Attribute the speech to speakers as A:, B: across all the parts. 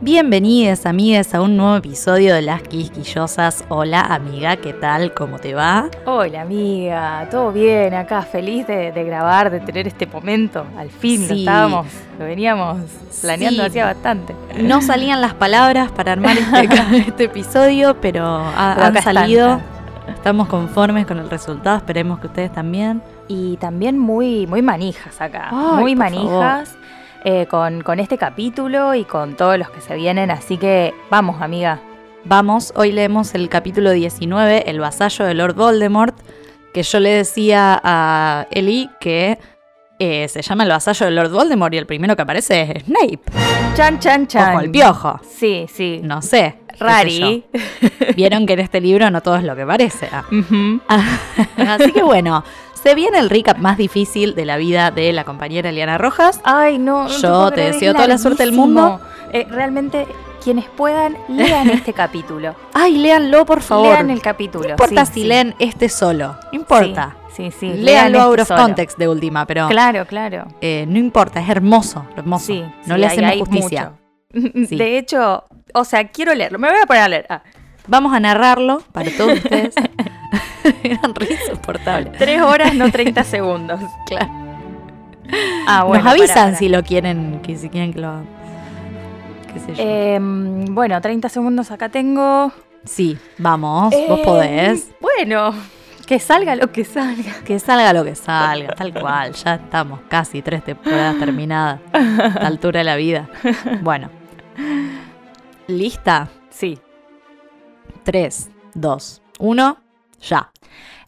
A: Bienvenidas, amigas, a un nuevo episodio de Las Quisquillosas. Hola, amiga, ¿qué tal? ¿Cómo te va?
B: Hola amiga, todo bien acá, feliz de, de grabar, de tener este momento. Al fin lo
A: Sí.
B: estábamos, lo veníamos planeando
A: Sí.
B: hacía bastante.
A: No salían las palabras para armar este, este episodio, pero ha-
B: Pero
A: han
B: acá están.
A: salido. Estamos conformes con el resultado, esperemos que ustedes también.
B: Y también muy, muy manijas acá,
A: Ay,
B: muy
A: por
B: manijas eh, con, con este capítulo y con todos los que se vienen, así que vamos amiga.
A: Vamos, hoy leemos el capítulo 19, El vasallo de Lord Voldemort, que yo le decía a Eli que eh, se llama El vasallo de Lord Voldemort y el primero que aparece es Snape,
B: Chan, chan, chan.
A: ojo el piojo.
B: Sí, sí.
A: No sé. qué sé yo.
B: Rari.
A: Vieron que en este libro no todo es lo que parece. Ah.
B: Ujú.
A: Así que bueno, se viene el recap más difícil de la vida de la compañera Eliana Rojas.
B: Ay, no. no
A: Yo
B: puedo
A: te
B: creer, es
A: deseo toda la suerte del mundo.
B: larguísimo. Eh, realmente, quienes puedan, lean este capítulo.
A: Ay, léanlo, por favor.
B: Lean el capítulo.
A: no importa
B: sí,
A: si
B: sí.
A: leen este solo. No importa.
B: Sí, sí. sí, lean
A: Léanlo
B: este
A: out of
B: solo.
A: context de última, pero
B: Claro, claro.
A: eh, no importa, es hermoso, hermoso.
B: Sí,
A: no
B: sí,
A: le
B: hay-
A: hacemos
B: hay
A: justicia.
B: mucho.
A: Sí.
B: De hecho, o sea, quiero leerlo. Me voy a poner a leer. Ah,
A: Vamos a narrarlo para todos ustedes. Eran re insoportables.
B: tres horas, no 30 segundos.
A: Claro.
B: Ah, bueno.
A: Nos avisan
B: pará, pará.
A: si lo quieren, que si quieren que lo qué sé yo.
B: Eh, bueno, 30 segundos acá tengo.
A: sí, vamos, vos
B: Eh,
A: podés.
B: Bueno, que salga lo que salga.
A: Que salga lo que salga, tal cual. Ya estamos casi tres temporadas terminadas. A la altura de la vida. Bueno. ¿Lista?
B: Sí.
A: Tres, dos, uno, ya.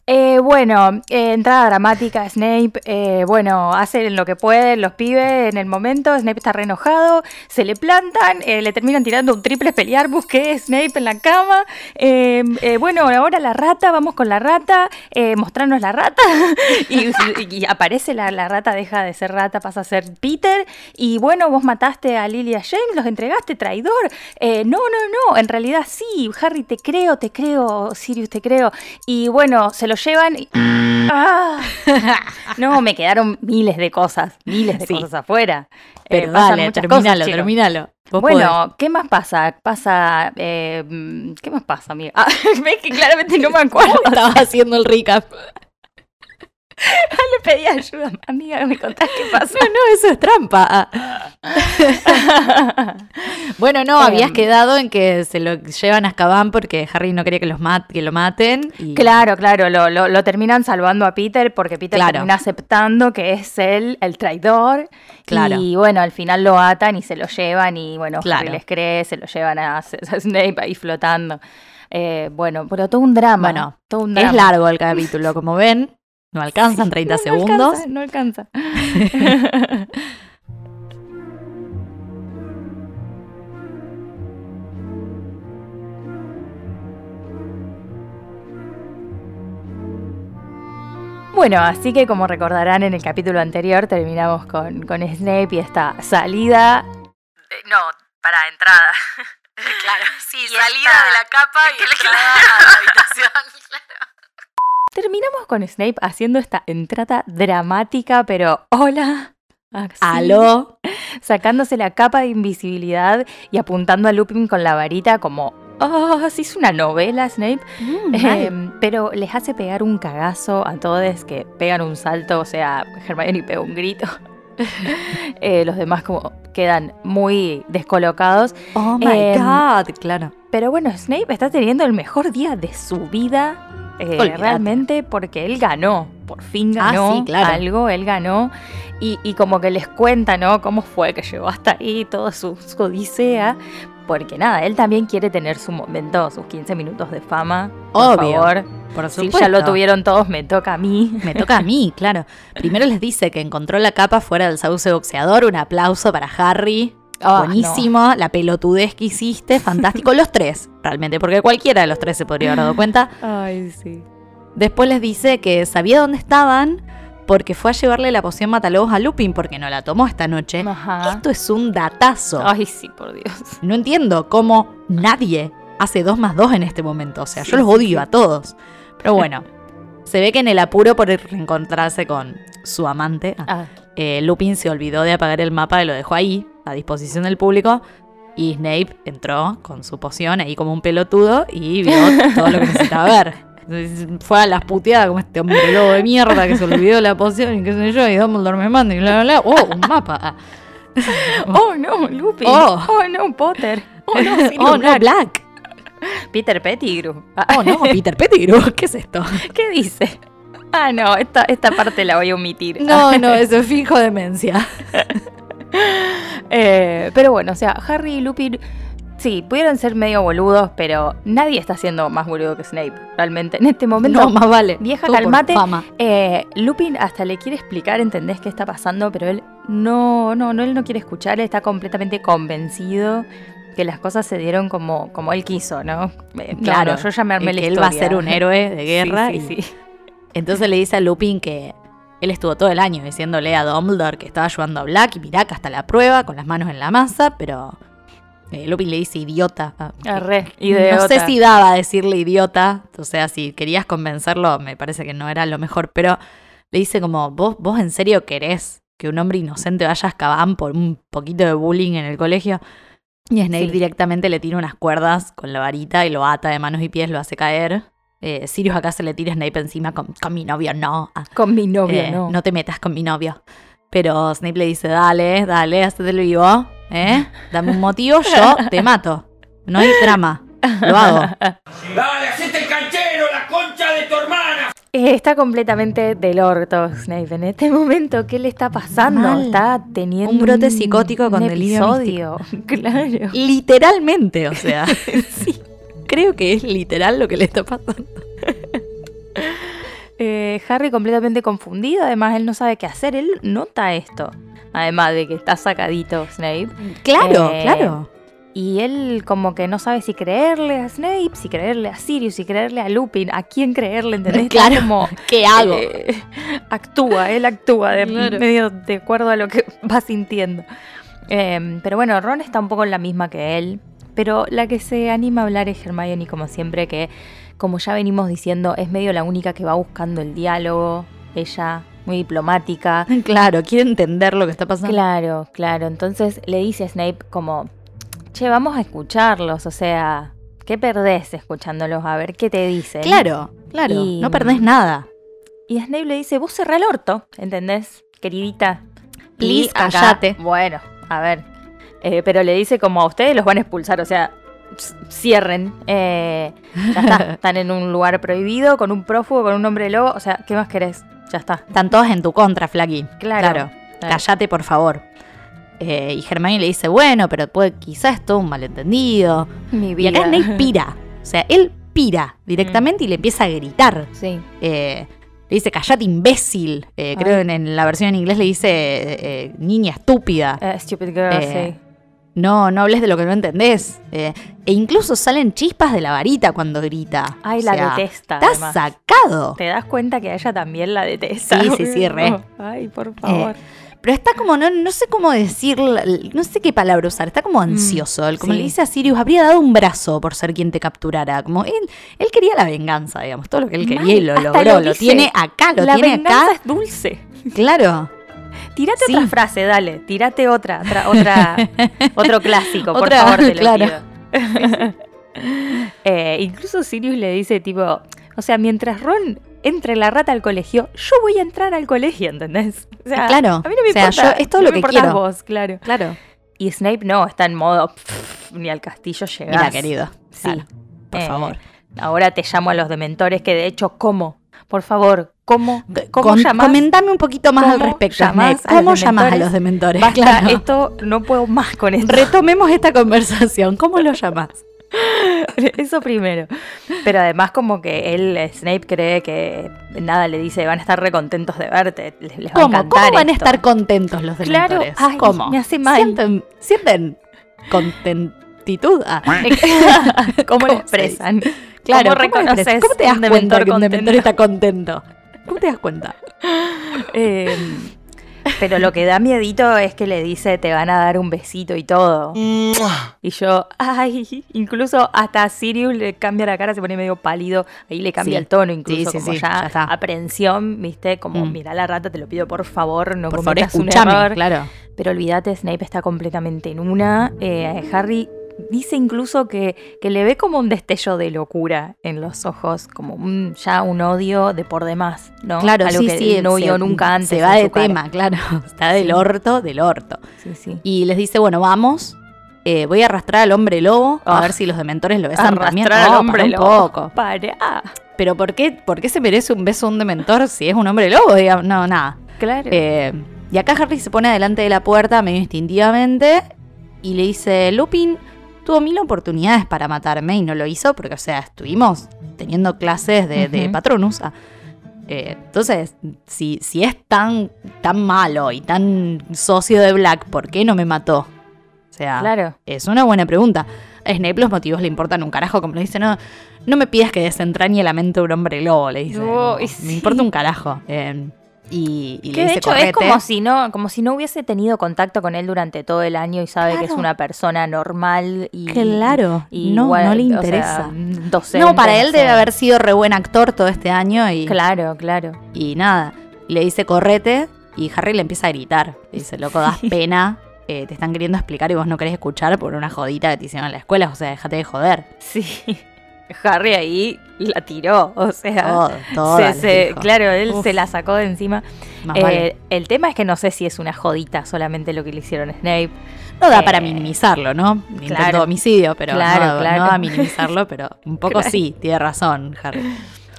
B: Eh, bueno, eh, entrada dramática, Snape, eh, bueno, hacen lo que pueden los pibes en el momento, Snape está re enojado, se le plantan, eh, le terminan tirando un triple pelear, busqué Snape en la cama, eh, eh, bueno, ahora la rata, vamos con la rata, eh, mostrarnos la rata, y, y aparece la, la rata, deja de ser rata, pasa a ser Peter, y bueno, vos mataste a Lily y a James, los entregaste, traidor, eh, no, no, no, en realidad sí, Harry, te creo, te creo, Sirius, te creo, y bueno, se lo llevan. y-
A: Mm.
B: ¡Ah! No, me quedaron miles de cosas, miles de
A: Sí.
B: cosas afuera. Eh,
A: Pero
B: pasan
A: dale,
B: muchas
A: terminalo,
B: cosas, chicos.
A: terminalo. Vos
B: Bueno,
A: podés.
B: ¿qué más pasa? Pasa. eh, mm, ¿Qué más pasa, amiga? Ah, ves que claramente no me acuerdo.
A: ¿Cómo estabas haciendo el recap?
B: Le pedí ayuda, amiga, me contás qué pasó.
A: No, no, eso es trampa. Ah. Bueno, no, habías
B: Em.
A: quedado en que se lo llevan a Azkaban porque Harry no quería que, los mat- que lo maten. y-
B: Claro, claro, lo, lo- lo terminan salvando a Peter porque Peter
A: Claro.
B: termina aceptando que es él el traidor.
A: Claro.
B: Y bueno, al final lo atan y se lo llevan y bueno, Harry
A: Claro.
B: les cree, se lo llevan a, a Snape ahí flotando. Eh, bueno, pero todo un drama.
A: Bueno,
B: todo un drama.
A: Es largo el capítulo, como ven. No alcanzan 30
B: No, no
A: segundos.
B: alcanza, No alcanza. Bueno, así que como recordarán en el capítulo anterior, terminamos con, con Snape y esta salida. Eh, No, para entrada.
A: Claro, sí,
B: salida de la
A: capa
B: y entrada
A: a la habitación.
B: Terminamos con Snape haciendo esta entrada dramática, pero hola. así,
A: Aló.
B: Sacándose la capa de invisibilidad y apuntando a Lupin con la varita como... Oh, así es una novela, Snape.
A: Eh,
B: Eh, pero les hace pegar un cagazo a todos que pegan un salto, o sea, Hermione pega un grito. Eh, los demás como quedan muy descolocados.
A: oh my
B: em,
A: god, claro.
B: Pero bueno, Snape está teniendo el mejor día de su vida. eh,
A: Olvídate.
B: realmente porque él ganó, por fin
A: Ah,
B: ganó
A: sí, claro.
B: algo, él ganó. Y, y como que les cuenta, ¿no? Cómo fue que llegó hasta ahí, toda su, su odisea. Porque nada, él también quiere tener su momento, sus 15 minutos de fama. Por
A: Obvio,
B: favor.
A: Por
B: Si
A: supuesto.
B: ya lo tuvieron todos, me toca a mí.
A: Me toca a mí, claro. Primero les dice que encontró la capa fuera del sauce boxeador. Un aplauso para Harry.
B: Ah,
A: Buenísimo, la pelotudez que hiciste, fantástico. Los tres, realmente, porque cualquiera de los tres se podría haber dado cuenta.
B: Ay, sí.
A: Después les dice que sabía dónde estaban porque fue a llevarle la poción matalobos a Lupin porque no la tomó esta noche.
B: Eh, Ajá.
A: Esto es un datazo.
B: Ay, sí, por Dios.
A: No entiendo cómo nadie hace 2 más 2 en este momento. O sea,
B: Sí,
A: yo los
B: sí,
A: odio
B: sí.
A: a todos. Pero bueno, se ve que en el apuro por reencontrarse con su amante,
B: Ah,
A: eh, Lupin se olvidó de apagar el mapa y lo dejó ahí, a disposición del público. Y Snape entró con su poción ahí como un pelotudo y vio todo lo que necesitaba ver. Entonces, Fue a las puteadas como este hombre lobo de mierda que se olvidó la poción y qué sé yo, y Dumbledore me manda y bla, bla, bla. ¡Oh, un mapa! Ah.
B: Oh no, Lupin.
A: Oh.
B: Oh, no, Potter. Oh no, Sirius
A: ¡Oh, no,
B: Black.
A: Black!
B: Peter Pettigrew. Ah,
A: ¡Oh, no, Peter Pettigrew! ¿Qué es esto?
B: ¿Qué dice? Ah, no, esta, esta parte la voy a omitir.
A: No, no, eso es fijo demencia.
B: Eh, pero bueno, o sea, Harry y Lupin, sí, pudieron ser medio boludos, pero nadie está siendo más boludo que Snape, realmente. En este momento,
A: No, más vale.
B: vieja,
A: Todo por
B: calmate.
A: Fama.
B: Eh, Lupin hasta le quiere explicar, entendés qué está pasando, pero él no, no, no, él no quiere escuchar, él está completamente convencido que las cosas se dieron como, como él quiso, ¿no? Eh, no,
A: Claro,
B: no, yo ya me armé
A: Y
B: la
A: que él va a
B: historia.
A: ser un héroe de guerra.
B: Sí,
A: y-
B: sí, sí.
A: Entonces le dice a Lupin que él estuvo todo el año diciéndole a Dumbledore que estaba ayudando a Black y Piraca hasta la prueba con las manos en la masa, pero eh, Lupin le dice idiota. Ah,
B: Arre,
A: que-
B: ideota.
A: No sé si daba a decirle idiota, o sea, si querías convencerlo, me parece que no era lo mejor, pero le dice como, vos, vos en serio querés que un hombre inocente vaya a Azkaban por un poquito de bullying en el colegio. Y Snape
B: Sí.
A: directamente le tira unas cuerdas con la varita y lo ata de manos y pies, lo hace caer. Eh, Sirius acá se le tira a Snape encima con, con mi novio, no. Ah,
B: Con mi novia,
A: eh,
B: no.
A: te metas con mi novio. Pero Snape le dice, dale, dale, hazte el vivo, ¿eh? Dame un motivo, yo te mato. No hay drama, lo hago.
C: Dale, hacete el canchero, la concha de tu hermana.
B: Eh, Está completamente del orto Snape en este momento. ¿Qué le está pasando?
A: Mal.
B: Está teniendo
A: Un brote psicótico con
B: un
A: delirio
B: episodio. Claro.
A: Literalmente, o sea. sí. Creo que es literal lo que le está pasando.
B: Eh, Harry completamente confundido. Además, él no sabe qué hacer. Él nota esto. Además de que está sacadito Snape.
A: Claro,
B: Eh,
A: claro.
B: Y él como que no sabe si creerle a Snape, si creerle a Sirius, si creerle a Lupin, a quién creerle, ¿entendés? Está
A: Claro.
B: como,
A: ¿Qué
B: eh, actúa, él actúa de,
A: Claro.
B: medio de acuerdo a lo que va sintiendo. Eh, pero bueno, Ron está un poco en la misma que él. Pero la que se anima a hablar es Hermione, como siempre, que como ya venimos diciendo, es medio la única que va buscando el diálogo. Ella, muy diplomática.
A: Claro, quiere entender lo que está pasando.
B: Claro, claro. Entonces le dice a Snape como, che, vamos a escucharlos. O sea, ¿qué perdés escuchándolos? A ver, ¿qué te dicen?
A: Claro, claro.
B: Y-
A: No perdés nada.
B: Y Snape le dice, vos cerrá el orto, ¿entendés? Queridita.
A: Please,
B: Y acá-
A: callate.
B: Bueno, a ver. Eh, pero le dice como a ustedes los van a expulsar, o sea, s- cierren. Eh, ya está, están en un lugar prohibido, con un prófugo, con un hombre lobo, o sea, ¿qué más querés? Ya está.
A: Están todos en tu contra, Flaky.
B: Claro. Claro.
A: Cállate, por favor. Eh, y Germán le dice, bueno, pero puede, quizás es todo un malentendido.
B: Mi
A: Y acá Snape pira. O sea, él pira
B: Mm.
A: directamente y le empieza a gritar.
B: Sí.
A: Eh, le dice, callate, imbécil. Eh,
B: Ay.
A: creo en, en la versión en inglés le dice, eh, eh, niña estúpida.
B: Eh, stupid girl,
A: Eh,
B: sí.
A: No, no hables de lo que no entendés. Eh, e incluso salen chispas de la varita cuando grita.
B: Ay,
A: O
B: la
A: sea,
B: detesta.
A: Está
B: además.
A: sacado.
B: Te das cuenta que a ella también la detesta.
A: Sí, sí, sí, re. Eh,
B: No. Ay, por favor.
A: Pero está como, no, no sé cómo decir, no sé qué palabra usar, está como ansioso. Él, como
B: Mm. sí.
A: le dice a Sirius, habría dado un brazo por ser quien te capturara. Como él, él quería la venganza, digamos, todo lo que él quería y
B: Mal,
A: lo
B: hasta
A: logró. Lo,
B: dice.
A: tiene acá, lo
B: la
A: tiene
B: venganza
A: acá.
B: es dulce.
A: Claro.
B: Tírate
A: Sí.
B: otra frase, dale. Tírate otra, otra, otra otro clásico, por
A: Otra,
B: favor, te lo
A: claro.
B: pido. Eh, incluso Sirius le dice, tipo, o sea, mientras Ron entre la rata al colegio, yo voy a entrar al colegio, ¿entendés? O sea,
A: Claro.
B: A mí no me
A: O sea,
B: importa.
A: yo- es todo
B: no
A: lo
B: me
A: que
B: importás
A: quiero.
B: vos, claro.
A: Claro.
B: Y Snape no, está en modo, "Pff, ni al castillo llegás.
A: Mira, querido.
B: Sí.
A: claro, por
B: Eh,
A: favor.
B: Ahora te llamo a los dementores, que de hecho, ¿cómo? Por favor, ¿cómo? ¿Cómo
A: Con-
B: llamás?
A: Comentame un poquito más al
B: ¿Cómo
A: respecto,
B: llamás
A: Snape.
B: a
A: ¿Cómo
B: los
A: llamas a
B: dementores?
A: los dementores?
B: Basta,
A: Claro.
B: eh. esto no puedo más con esto.
A: Retomemos esta conversación. ¿Cómo lo llamas?
B: Eso primero. Pero además como que él, eh, Snape, cree que nada le dice, van a estar recontentos de verte, les, les va a
A: ¿Cómo?
B: encantar
A: ¿Cómo van a
B: esto".
A: estar contentos los
B: Claro,
A: dementores?
B: ay,
A: ¿Cómo?
B: me hace mal.
A: ¿Sienten, sienten contentitud? Ah,
B: ¿Cómo
A: ¿Cómo
B: lo
A: se
B: expresan?
A: claro,
B: ¿Cómo reconoces
A: expresas? ¿Cómo te das
B: un
A: cuenta
B: dementor
A: que un dementor
B: contento?
A: está contento? ¿Cómo te das cuenta?
B: Eh, pero lo que da miedito es que le dice, te van a dar un besito y todo. Y yo, ay, incluso hasta a Sirius le cambia la cara, se pone medio pálido, ahí le
A: Sí.
B: cambia el tono, incluso
A: Sí, sí,
B: como
A: sí,
B: ya,
A: ya está.
B: aprensión, ¿viste? Como,
A: Mm.
B: mira la rata, te lo pido por favor, no
A: Por favor,
B: cometas un
A: escúchame,
B: error.
A: claro.
B: Pero olvídate, Snape está completamente en una. Eh, Harry dice incluso que, que le ve como un destello de locura en los ojos, como un- ya un odio de por demás, ¿no?
A: Claro,
B: Algo
A: sí,
B: que
A: sí.
B: él no
A: se-
B: vio nunca antes.
A: Se va
B: en
A: de
B: su cara.
A: tema, claro. Está del
B: Sí.
A: orto, del orto.
B: Sí, sí.
A: Y les dice, bueno, vamos. eh, voy a arrastrar al hombre lobo a
B: Ah.
A: ver si los dementores lo besan también.
B: Arrastrar al
A: No,
B: hombre ah,
A: pará un
B: lobo.
A: poco.
B: Para.
A: Pero ¿por qué, ¿por qué se merece un beso un dementor si es un hombre lobo? Digamos, no, nada.
B: Claro.
A: Eh, y acá Harry se pone delante de la puerta medio instintivamente y le dice, Lupin tuvo mil oportunidades para matarme y no lo hizo porque, o sea, estuvimos teniendo clases de, de
B: Ujú.
A: Patronus. Ah, eh, entonces, si, si es tan, tan malo y tan socio de Black, ¿por qué no me mató? O sea,
B: claro.
A: es una buena pregunta. A Snape los motivos le importan un carajo, como le dice, no, no me pidas que desentrañe la mente de un hombre lobo, le dice.
B: Uy,
A: como, Me
B: sí.
A: importa un carajo. Eh, y, y
B: Que
A: le
B: de
A: dice
B: hecho
A: correte.
B: es como si no, como si no hubiese tenido contacto con él durante todo el año y sabe que es
A: Claro.
B: una persona normal y
A: Claro,
B: y
A: no,
B: igual,
A: no le
B: o sea, mm,
A: interesa.
B: docente,
A: no, para él
B: sé.
A: debe haber sido re buen actor todo este año y,
B: Claro, claro.
A: y nada. Le dice correte y Harry le empieza a gritar. Le dice, loco, das pena. eh, te están queriendo explicar y vos no querés escuchar por una jodita que te hicieron en la escuela. O sea, déjate de joder.
B: Sí. Harry ahí la tiró, o sea,
A: Todo, todo.
B: se- se- claro, él
A: Uf.
B: se la sacó de encima. Eh, El tema es que no sé si es una jodita solamente lo que le hicieron a Snape.
A: No da
B: Eh,
A: para minimizarlo, ¿no? Intento
B: claro.
A: de homicidio, pero
B: Claro,
A: no, no
B: claro.
A: da a minimizarlo, pero un poco
B: Claro.
A: sí, tiene razón, Harry.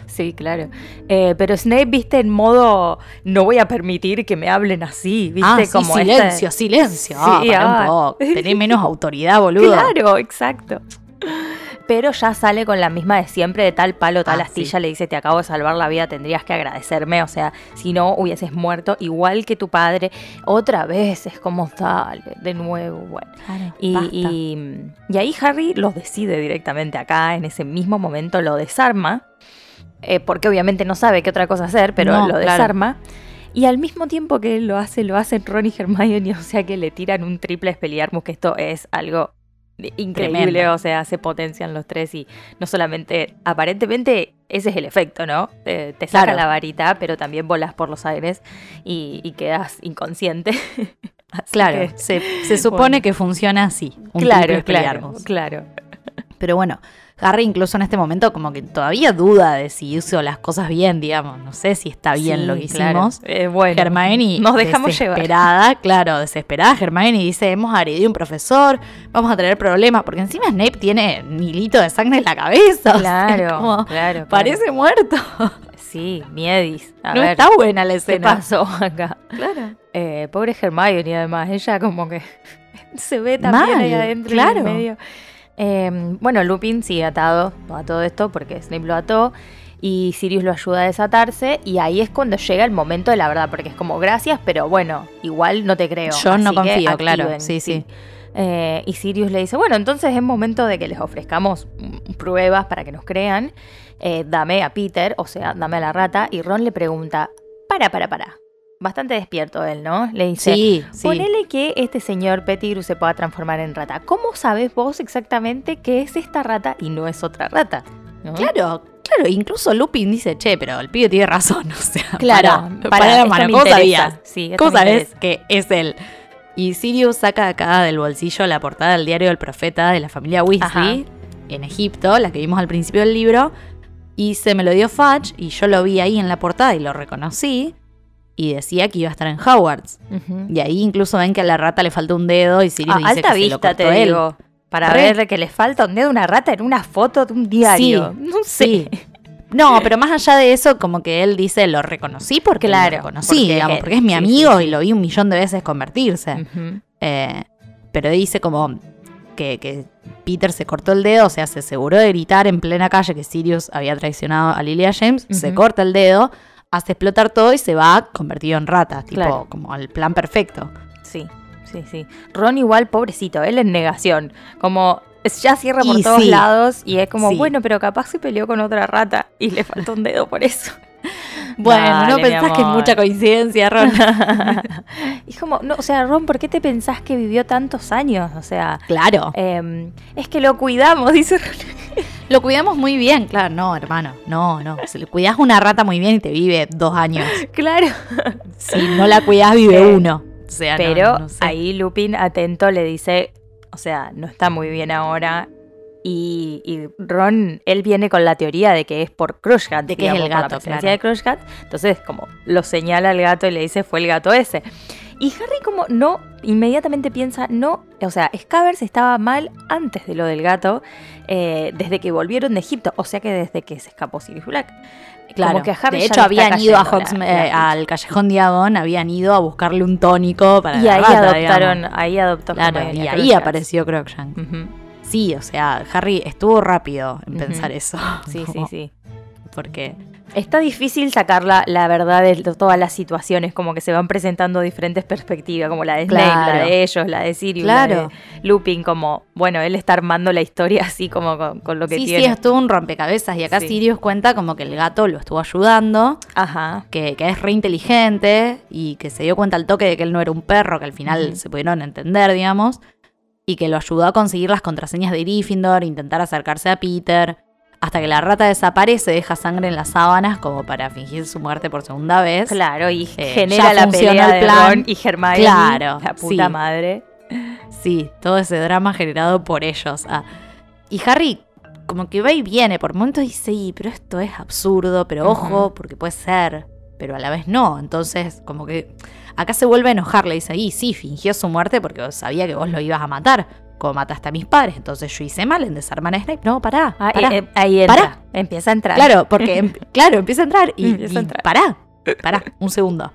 B: Sí, claro. Eh, pero Snape, viste, en modo no voy a permitir que me hablen así, viste,
A: ah, sí,
B: como esta-
A: silencio, silencio. Ah,
B: Sí,
A: pará un
B: ah.
A: poco. Tenés menos autoridad, boludo.
B: Claro, exacto. Pero ya sale con la misma de siempre, de tal palo, tal
A: Ah,
B: astilla, le dice, te acabo de salvar la vida, tendrías que agradecerme, o sea, si no hubieses muerto igual que tu padre, otra vez es como, dale, de nuevo, bueno. Y,
A: Basta.
B: y- y ahí Harry los decide directamente acá, en ese mismo momento lo desarma, eh, porque obviamente no sabe qué otra cosa hacer, pero
A: No,
B: lo
A: claro.
B: desarma. Y al mismo tiempo que lo hace, lo hacen Ron y Hermione, o sea que le tiran un triple espelearmus, que esto es algo de- increíble,
A: Tremendo.
B: o sea, se potencian los tres y no solamente, aparentemente ese es el efecto, ¿no? Eh, te saca
A: Claro.
B: la varita, pero también volás por los aires y, y quedas inconsciente. Así
A: Claro,
B: que-
A: se, se supone
B: Bueno.
A: que funciona así. Un triple
B: claro, claro,
A: Expelliarmus.
B: claro.
A: Pero bueno, Harry incluso en este momento como que todavía duda de si hizo las cosas bien, digamos. No sé si está bien
B: Sí,
A: lo que
B: claro.
A: hicimos.
B: Eh, bueno,
A: Hermione
B: nos dejamos llevar.
A: desesperada, claro, desesperada Hermione dice, hemos agredido a un profesor, vamos a tener problemas, porque encima Snape tiene un hilito de sangre en la cabeza. o sea,
B: Claro,
A: como,
B: claro, claro.
A: Parece muerto.
B: Sí, miedis. A
A: no
B: ver,
A: está buena la
B: ¿qué
A: escena.
B: pasó acá?
A: Claro.
B: Eh, pobre Hermione, además, ella como que se ve también
A: Mal,
B: ahí adentro
A: claro.
B: en el medio. Eh, bueno, Lupin sigue atado a todo esto porque Snape lo ató y Sirius lo ayuda a desatarse y ahí es cuando llega el momento de la verdad porque es como gracias, pero bueno, igual no te creo.
A: Yo no
B: así que
A: confío, claro,
B: activen,
A: sí, sí.
B: Eh, y Sirius le dice, bueno, entonces es momento de que les ofrezcamos mm, pruebas para que nos crean. Eh, dame a Peter, o sea, dame a la rata. Y Ron le pregunta, para, para, para. Bastante despierto él, ¿no? Le dice,
A: Sí, sí.
B: Ponele que este señor Pettigrew se pueda transformar en rata. ¿Cómo sabes vos exactamente que es esta rata y no es otra rata? ¿No?
A: Claro, claro. Incluso Lupin dice, che, pero el pibe tiene razón. O sea, para,
B: Pará, pará,
A: la
B: esto
A: mano,
B: me
A: ¿cómo
B: interesa.
A: sabías?
B: Sí, esto
A: ¿Cómo
B: me
A: sabes
B: interesa.
A: que es él? Y Sirius saca acá del bolsillo la portada del diario del profeta de la familia Weasley en Egipto, la que vimos al principio del libro, y se me lo dio Fudge y yo lo vi ahí en la portada y lo reconocí y decía que iba a estar en Hogwarts.
B: Ujú.
A: Y ahí incluso ven que a la rata le falta un dedo y Sirius
B: A
A: dice
B: Ah, alta
A: que se lo
B: vista,
A: cortó
B: te
A: él.
B: digo. Para
A: Re.
B: ver que le falta un dedo a una rata en una foto de un diario.
A: Sí,
B: no sé.
A: Sí. No, pero más allá de eso, como que él dice, lo reconocí porque
B: Claro,
A: lo reconocí,
B: porque
A: digamos,
B: es-
A: porque es mi
B: sí,
A: amigo
B: sí,
A: y lo vi un millón de veces convertirse.
B: Ujú.
A: Eh, pero dice como que, que Peter se cortó el dedo, o sea, se aseguró de gritar en plena calle que Sirius había traicionado a Lilia James, se
B: Ujú.
A: corta el dedo, hace explotar todo y se va convertido en rata, tipo
B: Claro.
A: como el plan perfecto.
B: Sí, sí, sí. Ron igual, pobrecito, él en negación. Como es- ya cierra por
A: Y
B: todos
A: sí.
B: lados y es como,
A: Sí.
B: bueno, pero capaz se peleó con otra rata y le faltó un dedo por eso.
A: Bueno,
B: Dale,
A: no
B: mi
A: pensás que es
B: amor.
A: mucha coincidencia, Ron.
B: y es como, no, o sea, Ron, ¿por qué te pensás que vivió tantos años? O sea,
A: claro.
B: em, es que lo cuidamos, dice Ron.
A: Lo cuidamos muy bien, claro. No, hermano, no, no. Si le cuidás una rata muy bien y te vive dos años.
B: claro.
A: Si no la cuidás, vive
B: Eh,
A: uno. O sea, no-
B: Pero
A: no sé.
B: ahí Lupin atento le dice, o sea, no está muy bien ahora. Y, y Ron, él viene con la teoría de que es por Krushgat.
A: De que es el
B: por la
A: gato,
B: presencia
A: claro.
B: de Krushgat. Entonces, como lo señala el gato y le dice, fue el gato ese. Y Harry como no, inmediatamente piensa, no, o sea, Scabbers estaba mal antes de lo del gato, eh, desde que volvieron de Egipto, o sea que desde que se escapó Sirius Black.
A: Claro.
B: Como que a
A: de
B: Harry ya
A: hecho,
B: le está
A: habían ido a
B: cayendo la-
A: Hogsme-
B: la
A: eh,
B: ficha.
A: al Callejón Diabón, habían ido a buscarle un tónico para
B: Y
A: la
B: ahí
A: rata,
B: adoptaron,
A: digamos.
B: ahí adoptó
A: Claro,
B: Hermione
A: y
B: a
A: ahí
B: Krushgat.
A: apareció Crookshanks.
B: Ujú.
A: Sí, o sea, Harry estuvo rápido en
B: Ujú.
A: pensar eso.
B: Sí, sí,
A: Como,
B: sí.
A: Porque
B: Está difícil sacar la, la verdad de to- todas las situaciones, como que se van presentando diferentes perspectivas, como la de Snape, la
A: Claro.
B: de ellos, la de Sirius, la
A: Claro.
B: de Lupin, como, bueno, él está armando la historia así como con, con lo que
A: sí,
B: tiene.
A: sí, estuvo un rompecabezas. Y acá
B: Sí.
A: Sirius cuenta como que el gato lo estuvo ayudando,
B: Ajá.
A: que, que es re inteligente y que se dio cuenta al toque de que él no era un perro, que al final
B: Ujú.
A: se pudieron entender, digamos. Y que lo ayudó a conseguir las contraseñas de Gryffindor, intentar acercarse a Peter. Hasta que la rata desaparece, deja sangre en las sábanas como para fingir su muerte por segunda vez.
B: Claro, y
A: Eh,
B: genera
A: ya
B: la
A: funcionó
B: pelea
A: el
B: de
A: plan.
B: Ron y Hermione,
A: Claro,
B: la puta
A: sí.
B: madre.
A: Sí, todo ese drama generado por ellos. Ah, Y Harry como que va y viene, por momentos dice, "Y, pero esto es absurdo, pero ojo,
B: Ujú.
A: porque puede ser, pero a la vez no. Entonces, como que acá se vuelve a enojar, le dice, y sí, fingió su muerte porque vos sabía que vos lo ibas a matar, como mataste a mis padres, entonces yo hice mal en desarmar a Snape. No, pará,
B: Ah,
A: pará.
B: eh, eh, ahí entra,
A: Pará.
B: empieza a entrar.
A: Claro, porque, em- claro, empieza a entrar y,
B: Empieza a
A: y
B: entrar.
A: pará, pará, un segundo.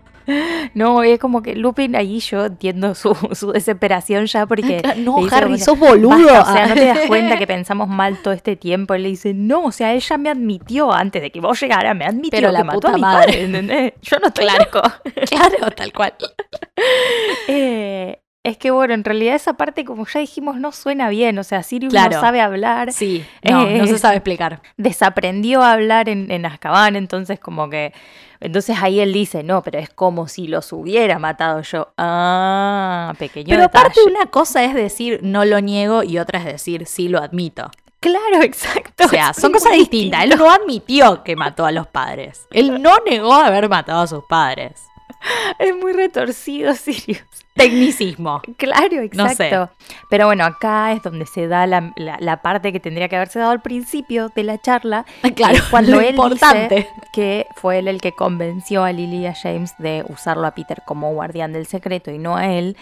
B: No, es como que Lupin ahí yo entiendo su, su desesperación ya porque...
A: No,
B: Eh, le dice como
A: Harry,
B: que,
A: sos boludo. ah".
B: Basta, o sea, no te das cuenta que pensamos mal todo este tiempo. Él le dice, no, o sea, ella me admitió antes de que vos llegara, me admitió
A: Pero
B: que
A: la
B: mató
A: puta
B: a mi
A: madre.
B: padre, ¿entendés? Yo no estoy
A: Claro.
B: loco.
A: claro, tal cual.
B: Eh, es que bueno, en realidad esa parte, como ya dijimos, no suena bien. O sea, Sirius no
A: Claro.
B: sabe hablar,
A: Sí, no,
B: eh,
A: no se sabe explicar.
B: desaprendió a hablar en, en Azkaban, entonces como que... Entonces ahí él dice, no, pero es como si los hubiera matado yo. Ah, pequeño
A: Pero
B: detalle.
A: aparte una cosa es decir no lo niego y otra es decir sí lo admito.
B: Claro, exacto.
A: O sea,
B: es
A: son
B: muy
A: cosas
B: distinto.
A: distintas. Él no admitió que mató a los padres. Él no negó haber matado a sus padres.
B: Es muy retorcido, Sirius.
A: Tecnicismo.
B: Claro,
A: No sé.
B: exacto. Pero bueno, acá es donde se da la, la- la parte que tendría que haberse dado al principio de la charla.
A: Claro,
B: que es cuando
A: lo
B: él
A: importante.
B: dice que fue él el que convenció a Lily y a James de usarlo a Peter como guardián del secreto y no a él.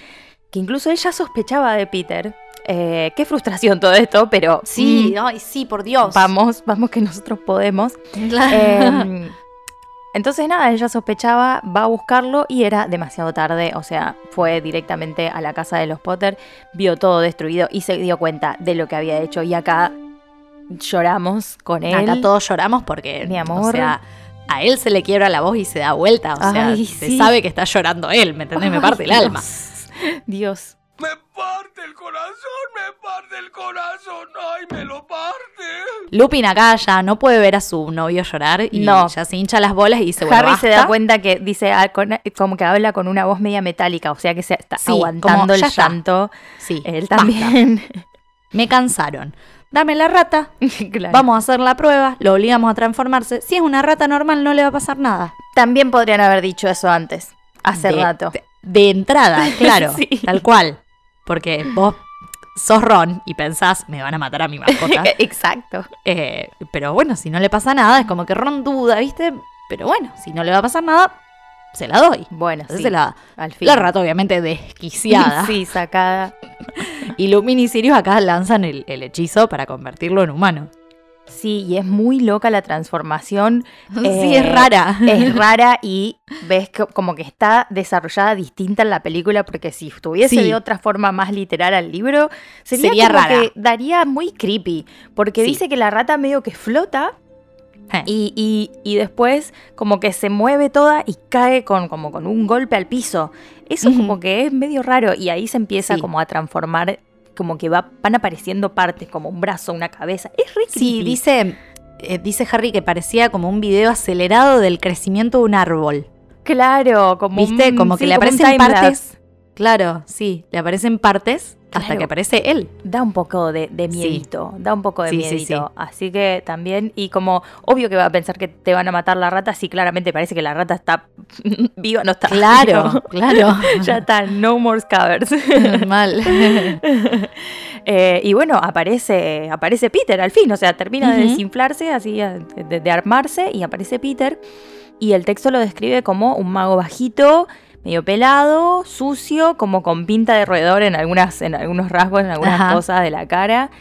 B: Que incluso él ya sospechaba de Peter. Eh, qué frustración todo esto, pero
A: Sí,
B: mm,
A: ay, sí, por Dios.
B: vamos, vamos que nosotros podemos.
A: Claro.
B: Eh, entonces nada, ella sospechaba, va a buscarlo y era demasiado tarde, o sea, fue directamente a la casa de los Potter, vio todo destruido y se dio cuenta de lo que había hecho y acá lloramos con Em, él.
A: Acá todos lloramos porque,
B: Mi amor.
A: o sea, a él se le quiebra la voz y se da vuelta. O sea,
B: Ay,
A: se
B: sí.
A: sabe que está llorando él, ¿me entendés? Me
B: Ay,
A: parte el
B: Dios.
A: alma.
B: Dios.
C: Me parte el corazón, me parte el corazón, ay, me lo parte.
A: Lupin acá ya no puede ver a su novio llorar y
B: No.
A: ya se hincha las bolas y dice, bueno,
B: Harry se da
A: basta.
B: cuenta que dice ah, con- como que habla con una voz media metálica, o sea que se está
A: Sí, como,
B: aguantando el
A: "Ya está".
B: llanto.
A: Sí,
B: Él
A: basta.
B: también.
A: Me cansaron. Dame la rata,
B: Claro.
A: vamos a hacer la prueba, lo obligamos a transformarse. Si es una rata normal no le va a pasar nada.
B: También podrían haber dicho eso antes, hace
A: De-
B: rato.
A: De, de entrada, claro,
B: Sí.
A: tal cual. Porque vos sos Ron y pensás, me van a matar a mi mascota.
B: Exacto.
A: Eh, pero bueno, si no le pasa nada, es como que Ron duda, ¿viste? Pero bueno, si no le va a pasar nada, se la doy.
B: Bueno,
A: Entonces
B: sí,
A: se la da.
B: al fin.
A: La rata obviamente desquiciada.
B: Sí, sacada.
A: Y Lumin y Sirius acá lanzan el- el hechizo para convertirlo en humano.
B: Sí, y es muy loca la transformación.
A: sí, es
B: Eh,
A: rara.
B: Es rara y ves que como que está desarrollada distinta en la película, porque si estuviese
A: Sí.
B: de otra forma más literal al libro, sería,
A: Sería
B: como
A: rara.
B: que daría muy creepy, porque
A: Sí.
B: dice que la rata medio que flota
A: Eh.
B: y, y- y después como que se mueve toda y cae con, como con un golpe al piso. Eso
A: Ujú.
B: como que es medio raro y ahí se empieza
A: Sí.
B: como a transformar, como que va, van apareciendo partes, como un brazo, una cabeza. Es re
A: Sí,
B: creepy.
A: dice, eh, dice Harry que parecía como un video acelerado del crecimiento de un árbol.
B: Claro, como
A: ¿Viste?
B: un-
A: Como que
B: sí,
A: le
B: un
A: aparecen
B: timelapse.
A: partes. Claro, sí, le aparecen partes hasta
B: Claro.
A: que aparece él.
B: da un poco de, de
A: Sí.
B: miedito, da un poco de
A: Sí, sí,
B: miedito.
A: sí.
B: Así que también, y como obvio que va a pensar que te van a matar la rata, si claramente parece que la rata está viva, no está.
A: Claro,
B: No.
A: claro.
B: ya está, no more scavers.
A: Mal.
B: Eh, y bueno, aparece, aparece Peter al fin, o sea, termina de
A: Ujú.
B: desinflarse, así, eh, de, de armarse, y aparece Peter. Y el texto lo describe como un mago bajito, medio pelado, sucio, como con pinta de roedor en, algunas, en algunos rasgos, en algunas
A: Ajá.
B: cosas de la cara.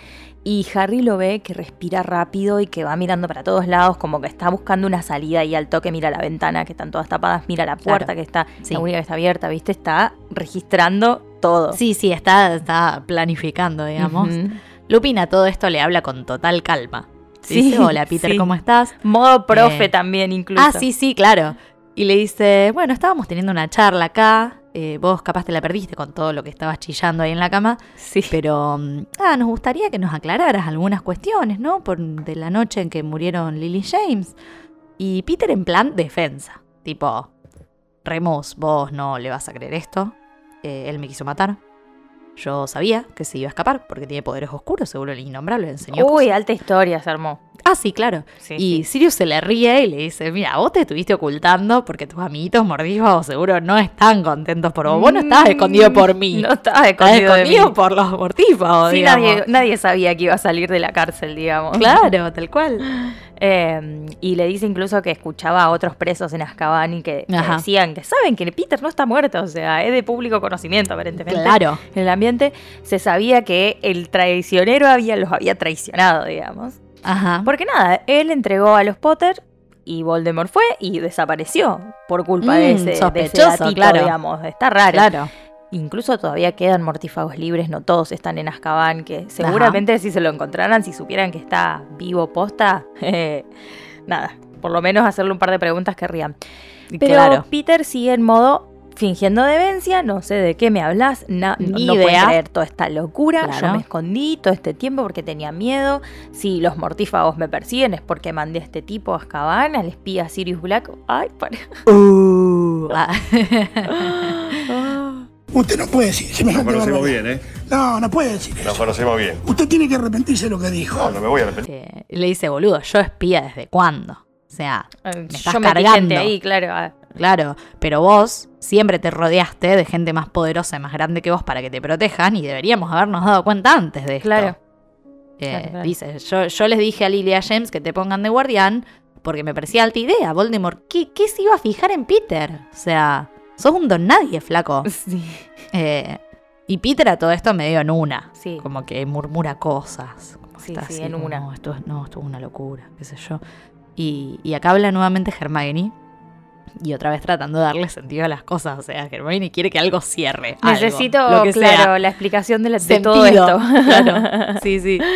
B: Y Harry lo ve que respira rápido y que va mirando para todos lados, como que está buscando una salida y al toque mira la ventana que están todas tapadas, mira la puerta
A: Claro.
B: que está,
A: Sí.
B: la única que está abierta, ¿viste? Está registrando todo.
A: Sí, sí, está, está planificando, digamos.
B: Ujú.
A: Lupina todo esto le habla con total calma. Le
B: Sí,
A: Dice, hola Peter,
B: sí.
A: ¿cómo estás?
B: Modo profe
A: Eh,
B: también incluso.
A: Ah, sí, sí, claro. Y le dice, bueno, estábamos teniendo una charla acá, eh, vos capaz te la perdiste con todo lo que estabas chillando ahí en la cama,
B: Sí.
A: pero mm, ah, nos gustaría que nos aclararas algunas cuestiones, ¿no? Por, de la noche en que murieron Lily James. Y Peter en plan defensa, tipo, Remus, vos no le vas a creer esto, eh, él me quiso matar. Yo sabía que se iba a escapar porque tiene poderes oscuros, seguro el innombrable le enseñó.
B: Uy,
A: cosas".
B: alta historia se armó.
A: ah, sí, claro.
B: Sí,
A: Y Sirius se le ríe y le dice, mira, vos te estuviste ocultando porque tus amiguitos mordiscos seguro no están contentos por vos. Vos no estabas
B: Mm,
A: escondido por mí.
B: No estabas
A: estabas
B: escondido, de mí.
A: escondido por los mortífagos,
B: Sí,
A: digamos.
B: nadie, nadie sabía que iba a salir de la cárcel, digamos.
A: Claro, tal cual.
B: Eh, y le dice incluso que escuchaba a otros presos en Azkaban y que, que
A: Ajá.
B: decían que saben que Peter no está muerto, o sea, es de público conocimiento aparentemente.
A: Claro.
B: En el ambiente se sabía que el traicionero había, los había traicionado, digamos.
A: Ajá.
B: Porque nada, él entregó a los Potter y Voldemort fue y desapareció por culpa de
A: Mm,
B: ese, de ese
A: sospechoso,
B: gatito,
A: claro.
B: digamos. Está raro.
A: Claro.
B: Incluso todavía quedan mortífagos libres, no todos están en Azkaban, que seguramente si se lo encontraran, si supieran que está vivo posta, eh, nada, por lo menos hacerle un par de preguntas que rían. Pero
A: claro.
B: Peter sigue en modo fingiendo demencia, no sé de qué me hablas, na- no,
A: Ni
B: no puedo
A: idea.
B: creer toda esta locura, yo
A: Claro.
B: me escondí todo este tiempo porque tenía miedo, si los mortífagos me persiguen es porque mandé a este tipo a Azkaban, al espía Sirius Black, ay, para...
A: Ah,
D: Usted no puede decir
E: Nos
D: semejante
E: conocemos
D: barbaridad.
E: bien, ¿eh?
D: No, no puede decir eso.
E: Nos conocemos bien.
D: Usted tiene que arrepentirse de lo que dijo.
E: No, no me voy a arrepentir.
A: eh, le dice, boludo, yo espía desde cuándo. O sea,
B: Me
A: estás
B: yo metí gente
A: cargando.
B: ahí, claro. ah.
A: claro, pero vos siempre te rodeaste de gente más poderosa y más grande que vos para que te protejan y deberíamos habernos dado cuenta antes de esto.
B: Claro.
A: Eh,
B: Claro, claro.
A: Dice, yo, yo les dije a Lilia James que te pongan de guardián porque me parecía alta idea. Voldemort, ¿qué, qué se iba a fijar en Peter? O sea, sos un don nadie, flaco.
B: Sí.
A: Eh, y Peter a todo esto medio en una.
B: Sí.
A: Como que murmura cosas. Como
B: Sí,
A: está
B: sí,
A: así,
B: en
A: como,
B: una.
A: No esto, es- no, esto es una locura, qué sé yo. Y, y acá habla nuevamente Hermione. Y otra vez tratando de darle sentido a las cosas. O sea, Hermione quiere que algo cierre. algo,
B: Necesito,
A: lo que sea.
B: claro, la explicación de, la- de todo
A: Sentido,
B: esto.
A: claro. Sí, sí.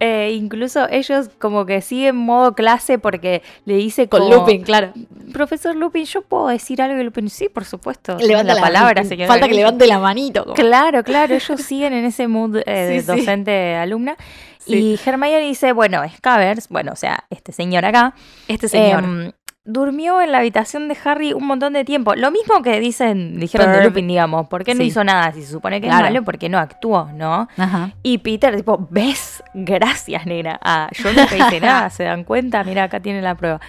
B: Eh, incluso ellos como que siguen modo clase porque le dice
A: Con
B: como,
A: Lupin, claro.
B: Profesor Lupin, ¿yo puedo decir algo? Y Lupin, sí, por supuesto.
A: Levanta
B: la palabra,
A: mano.
B: señora.
A: Falta que
B: Lupin".
A: levante la manito. como-
B: Claro, claro, ellos siguen en ese mood eh,
A: Sí,
B: de
A: sí.
B: docente-alumna.
A: Sí.
B: Y Hermione dice, bueno, Scavers, bueno, o sea, este señor acá,
A: Este señor.
B: em, durmió en la habitación de Harry un montón de tiempo. Lo mismo que dicen, dijeron de
A: Perv.
B: Lupin, digamos. ¿Por qué no
A: Sí.
B: hizo nada? Si se supone que
A: Claro.
B: es malo, ¿por qué no actuó, no?
A: Ajá.
B: Y Peter, tipo, ¿ves? Gracias, nena. Ah, yo no te hice nada, ¿se dan cuenta? Mira, acá tiene la prueba.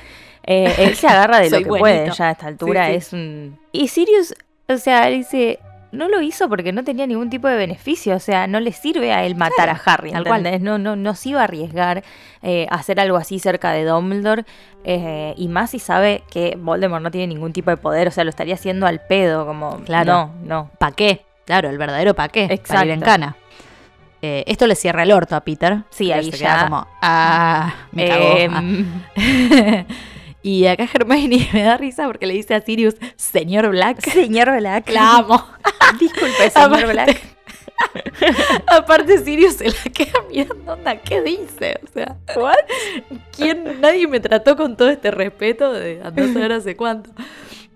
B: Eh, él se agarra de lo
A: Soy
B: que puede
A: buenito.
B: ya a esta altura.
A: Sí, sí.
B: Es un. Y Sirius, o sea, dice. No lo hizo porque no tenía ningún tipo de beneficio, o sea, no le sirve a él matar a Harry,
A: tal cual.
B: ¿entendés? No, no, no se iba a arriesgar eh, a hacer algo así cerca de Dumbledore, eh, y más si sabe que Voldemort no tiene ningún tipo de poder, o sea, lo estaría haciendo al pedo, como,
A: Claro.
B: no, no,
A: ¿Pa' qué? Claro, el verdadero pa' qué. Para ir en
B: Exacto.
A: cana. Eh, esto le cierra el orto a Peter.
B: Sí,
A: Peter
B: ahí
A: se queda
B: ya.
A: como, ah, me cagó. Ah.
B: Em,
A: y acá Hermione me da risa porque le dice a Sirius, señor Black,
B: Señor Black.
A: la amo.
B: Disculpe, señor
A: Aparte-
B: Black.
A: Aparte Sirius se la queda mirando, onda, ¿qué dice? O sea, ¿quién? Nadie me trató con todo este respeto de a no saber hace cuánto.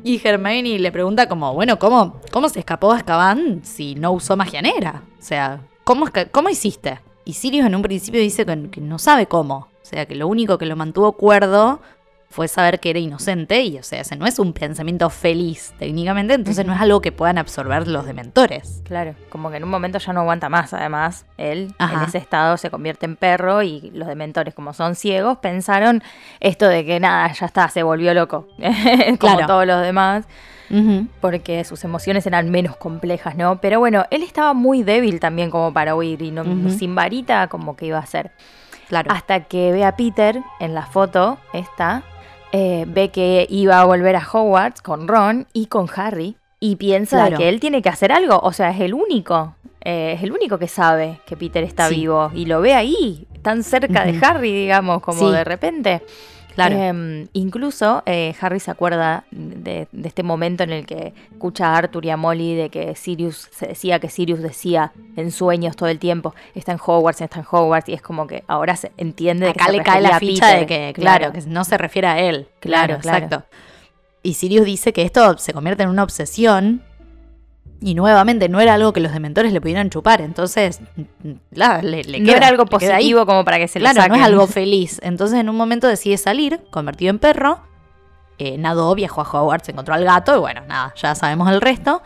A: Y Hermione le pregunta como, bueno, ¿cómo, cómo se escapó de Azkaban si no usó magia negra? O sea, ¿cómo, esca- cómo hiciste? Y Sirius en un principio dice que, que no sabe cómo. O sea, que lo único que lo mantuvo cuerdo fue saber que era inocente y, o sea, ese no es un pensamiento feliz técnicamente, entonces no es algo que puedan absorber los dementores.
B: Claro, como que en un momento ya no aguanta más. Además, él
A: Ajá.
B: en ese estado se convierte en perro y los dementores, como son ciegos, pensaron esto de que nada, ya está, se volvió loco. como
A: Claro.
B: todos los demás, porque sus emociones eran menos complejas, ¿no? Pero bueno, él estaba muy débil también como para huir y no,
A: Ujú.
B: sin varita como que iba a ser.
A: Claro.
B: Hasta que ve a Peter en la foto, esta, eh, ve que iba a volver a Hogwarts con Ron y con Harry. Y piensa de
A: Claro.
B: que él tiene que hacer algo. O sea, es el único. eh, es el único que sabe que Peter está
A: Sí.
B: vivo. Y lo ve ahí, tan cerca de
A: Ujú.
B: Harry, digamos, como
A: Sí.
B: de repente.
A: Claro.
B: Em, incluso eh, Harry se acuerda de, de este momento en el que escucha a Arthur y a Molly de que Sirius se decía que Sirius decía en sueños todo el tiempo, está en Hogwarts, está en Hogwarts, y es como que ahora se entiende de Ah, que
A: Acá le
B: se
A: cae
B: refería
A: la
B: a
A: ficha de
B: Peter.
A: que, claro, que no se refiere a él.
B: Claro,
A: Claro,
B: claro.
A: exacto. Y Sirius dice que esto se convierte en una obsesión. Y nuevamente no era algo que los dementores le pudieran chupar. Entonces, la, le, le
B: no
A: queda-
B: era algo
A: le queda ahí.
B: positivo como para que se le
A: Claro, no
B: saquen.
A: es algo feliz. Entonces, en un momento decide salir, convertido en perro. Eh, nadó, viajó a Hogwarts, encontró al gato. Y bueno, nada, ya sabemos el resto.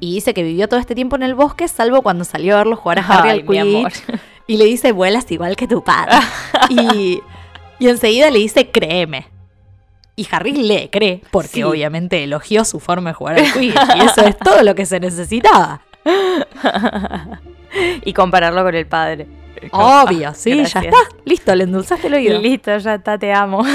A: Y dice que vivió todo este tiempo en el bosque, salvo cuando salió a verlo jugar a Harry
B: Ay,
A: al
B: mi amor.
A: Quidditch. Y le dice, vuelas igual que tu padre. y, y enseguida le dice, créeme. Y Harry le cree, porque
B: Sí.
A: obviamente elogió su forma de jugar al Quidditch. y eso es todo lo que se necesitaba.
B: y compararlo con el padre.
A: Oh, Obvio, sí,
B: gracias.
A: ya está. Listo, le endulzaste el
B: Y
A: oído.
B: listo, ya está, te amo.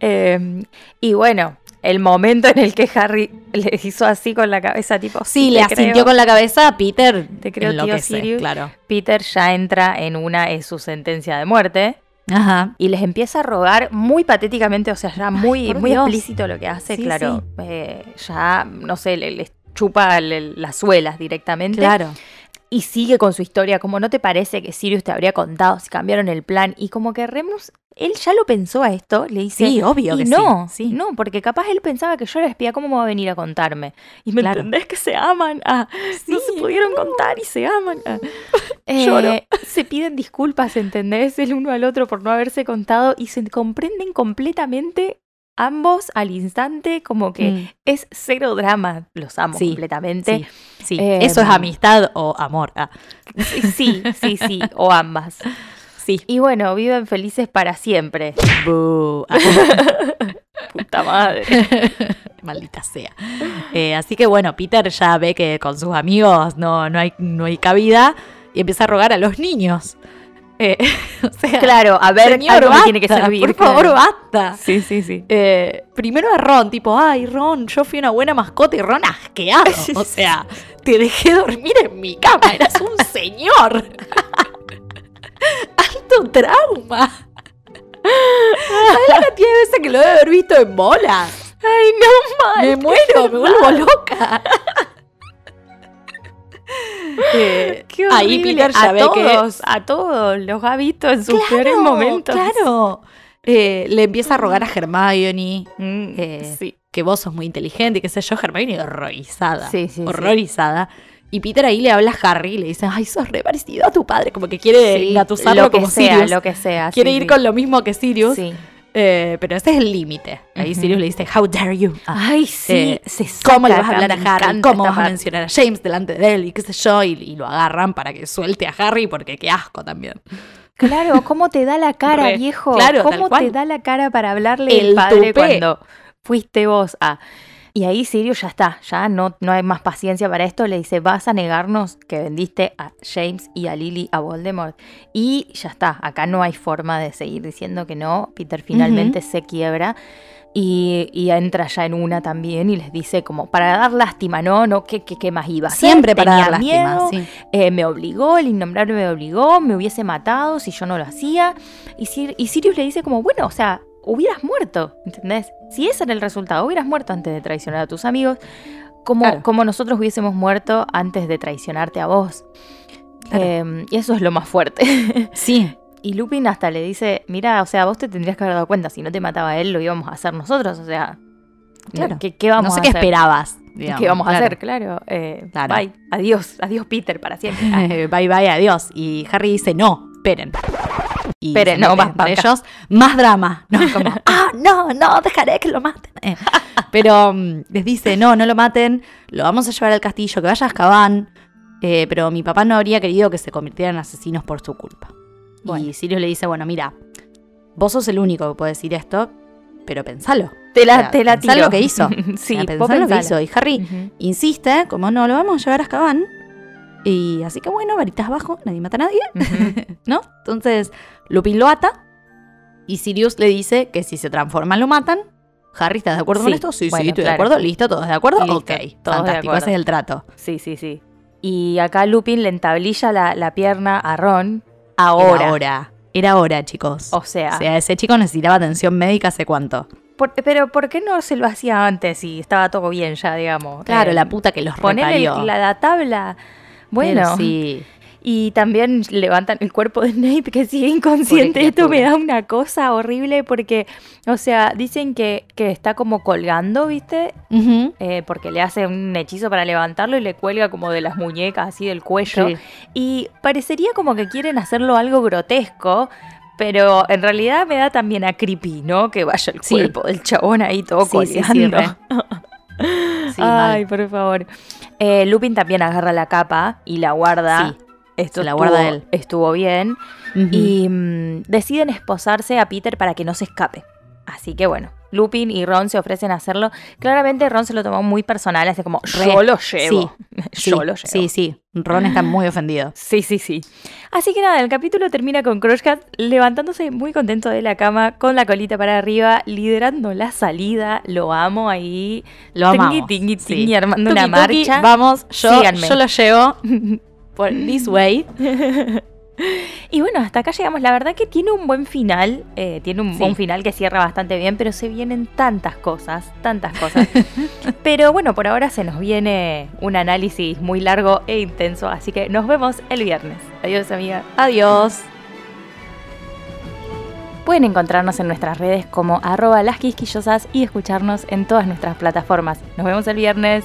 B: Eh, y bueno, el momento en el que Harry le hizo así con la cabeza, tipo.
A: Sí,
B: te
A: le
B: creo".
A: asintió con la cabeza a Peter.
B: Te creo, tío
A: enloquece,
B: Sirius.
A: Claro.
B: Peter ya entra en una de su sentencia de muerte
A: Ajá.
B: y les empieza a rogar muy patéticamente, o sea, ya muy,
A: por
B: muy
A: Dios.
B: explícito lo que hace,
A: Sí,
B: claro. eh, ya, no sé, le- les chupa le- las suelas directamente.
A: Claro.
B: Y sigue con su historia, como no te parece que Sirius te habría contado si cambiaron el plan. Y como que Remus, él ya lo pensó a esto, le dice.
A: Sí, obvio
B: y
A: que sí,
B: no,
A: sí.
B: no, porque capaz él pensaba que yo era espía, ¿cómo me va a venir a contarme? Y me
A: Claro.
B: entendés que se aman, ah, no se pudieron contar y se aman. ah. Eh,
A: Lloro.
B: Se piden disculpas, ¿entendés? El uno al otro por no haberse contado y se comprenden completamente ambos al instante, como que
A: Mm,
B: es cero drama. Los amo
A: Sí,
B: completamente.
A: Sí. sí.
B: Eh,
A: Eso es amistad o amor. Ah,
B: Sí, sí, sí, o ambas.
A: sí.
B: Y bueno, viven felices para siempre.
A: Bu, ah.
B: Puta madre.
A: Maldita sea. Eh, así que bueno, Peter ya ve que con sus amigos no, no, hay, no hay cabida y empieza a rogar a los niños. Eh, o sea,
B: Claro, a ver,
A: señor,
B: algo me
A: basta,
B: tiene que servir.
A: Por favor,
B: claro.
A: basta.
B: Sí, sí, sí.
A: Eh, primero a Ron, tipo, ay, Ron, yo fui una buena mascota y Ron asqueado. O sea, te dejé dormir en mi cama, eras un señor. Alto trauma. ¿Sabes la cantidad de veces que lo debe haber visto en bola?
B: Ay, no mal.
A: me muero, me vuelvo loca. Eh,
B: Qué
A: ahí
B: horrible.
A: Peter ya
B: a
A: ve
B: todos, a todos los ha visto en sus peores momentos.
A: Claro. Eh, le empieza a rogar a Hermione
B: Mm,
A: Eh,
B: sí.
A: que vos sos muy inteligente, qué sé yo, Hermione horrorizada.
B: Sí, sí, sí.
A: horrorizada. Y Peter ahí le habla a Harry y le dice, ay, sos re parecido a tu padre, como que quiere
B: Sí,
A: engatusarlo
B: lo que
A: Eh, como
B: sea,
A: Sirius.
B: lo que sea.
A: quiere
B: sí,
A: ir
B: sí.
A: con lo mismo que Sirius.
B: Sí.
A: Eh, pero ese es el límite. Ahí
B: Ujú.
A: Sirius le dice, how dare you. Ah,
B: Ay, sí,
A: eh,
B: se saca
A: ¿Cómo le vas a
B: acá,
A: hablar
B: me
A: a Harry?
B: encanta
A: ¿Cómo
B: esta
A: vas a
B: parte.
A: mencionar a James delante de él? Y qué sé yo, y, y lo agarran para que suelte a Harry porque qué asco también.
B: Claro, ¿cómo te da la cara,
A: Re,
B: viejo?
A: claro, tal
B: ¿Cómo te
A: cual.
B: da la cara para hablarle el,
A: El
B: padre
A: tupé.
B: cuando fuiste vos a... Y ahí Sirius ya está, ya no, no hay más paciencia para esto. Le dice, vas a negarnos que vendiste a James y a Lily a Voldemort. Y ya está, acá no hay forma de seguir diciendo que no. Peter finalmente se quiebra y, y entra ya en una también y les dice como, para dar lástima, no, no, ¿qué, qué, qué más iba a hacer?
A: Siempre para
B: Tenía
A: dar lástima.
B: miedo,
A: sí.
B: eh, me obligó, el innombrable me obligó, me hubiese matado si yo no lo hacía. Y, Sir- y Sirius le dice como, bueno, o sea, hubieras muerto, ¿entendés? Si ese era el resultado, hubieras muerto antes de traicionar a tus amigos, como,
A: Claro.
B: como nosotros hubiésemos muerto antes de traicionarte a vos.
A: Claro.
B: Eh, y eso es lo más fuerte.
A: sí,
B: y Lupin hasta le dice, mira, o sea, vos te tendrías que haber dado cuenta, si no te mataba él, lo íbamos a hacer nosotros, o sea,
A: Claro.
B: ¿qué, qué vamos
A: no sé
B: a
A: qué
B: hacer?
A: esperabas.
B: ¿Qué
A: digamos,
B: vamos
A: claro.
B: a hacer? Claro. eh,
A: Claro.
B: Bye. Adiós. Adiós, Peter, para siempre. Ah.
A: Eh, bye bye, adiós. Y Harry dice, no, esperen. y
B: Pero
A: se
B: no,
A: meten
B: más
A: entre
B: banca.
A: ellos, más drama. No, como, ah, no, no, dejaré que lo maten. Eh, Pero mm, les dice, no, no lo maten, lo vamos a llevar al castillo, que vaya a Azkaban. Eh, pero mi papá no habría querido que se convirtieran en asesinos por su culpa.
B: Bueno.
A: Y Sirius le dice, bueno, mira, vos sos el único que puede decir esto, pero pensalo.
B: Te
A: O sea,
B: la, te la
A: pensá
B: tiro.
A: lo que hizo.
B: sí,
A: O sea,
B: vos
A: pensá lo que
B: pensala.
A: hizo. Y Harry
B: Ujú.
A: insiste, como no, lo vamos a llevar a Azkaban. Y así que bueno, varitas abajo, nadie mata a nadie,
B: Ujú.
A: ¿no? Entonces Lupin lo ata y Sirius le dice que si se transforman lo matan. Harry, ¿estás de acuerdo con
B: Sí,
A: esto? Sí,
B: bueno,
A: sí, estoy
B: claro.
A: de acuerdo. ¿Listo? ¿Todos de acuerdo?
B: Listo,
A: ok,
B: todos de
A: fantástico.
B: acuerdo.
A: Ese es el trato.
B: Sí, sí, sí. Y acá Lupin le entablilla la, la pierna a Ron ahora.
A: Era hora. Era hora, chicos.
B: O sea,
A: O sea, ese chico necesitaba atención médica hace cuánto.
B: por- pero ¿por qué no se lo hacía antes si estaba todo bien ya, digamos?
A: Claro,
B: Eh,
A: la puta que los
B: Poner el-
A: reparió.
B: la, la tabla.
A: Pero
B: Bueno,
A: sí.
B: y también levantan el cuerpo de Snape que sigue inconsciente.
A: Pobre
B: Esto me
A: criatura.
B: da una cosa horrible porque, o sea, dicen que, que está como colgando, ¿viste?
A: Ujú.
B: Eh, porque le hace un hechizo para levantarlo y le cuelga como de las muñecas, así del cuello.
A: Sí.
B: Y parecería como que quieren hacerlo algo grotesco, pero en realidad me da también a creepy, ¿no? Que vaya el
A: Sí.
B: cuerpo del chabón ahí todo
A: Sí, sí, sí,
B: colgando.
A: re. Sí, mal.
B: Ay, por favor. Eh, Lupin también agarra la capa y la guarda.
A: Sí,
B: Esto
A: se la
B: estuvo-
A: guarda él.
B: Estuvo bien.
A: Ujú.
B: Y mm, deciden esposarse a Peter para que no se escape. Así que bueno, Lupin y Ron se ofrecen a hacerlo. Claramente Ron se lo tomó muy personal, así como, yo
A: Re.
B: lo llevo.
A: Sí,
B: yo lo llevo.
A: Sí, sí. Ron está muy ofendido.
B: Sí, sí, sí. Así que nada, el capítulo termina con Cat levantándose muy contento de la cama, con la colita para arriba, liderando la salida. Lo amo ahí.
A: Lo amamos.
B: Tingui, tingui,
A: Sí.
B: tingui, armando una
A: Tuki, tuki,
B: marcha.
A: Vamos, yo,
B: Síganme.
A: yo lo llevo por this way.
B: Y bueno, hasta acá llegamos. La verdad que tiene un buen final, eh, tiene un,
A: Sí.
B: un final que cierra bastante bien, pero se vienen tantas cosas, tantas cosas. pero bueno, por ahora se nos viene un análisis muy largo e intenso, así que nos vemos el viernes. Adiós, amiga.
A: Adiós.
B: Pueden encontrarnos en nuestras redes como arroba las quisquillosas y escucharnos en todas nuestras plataformas. Nos vemos el viernes.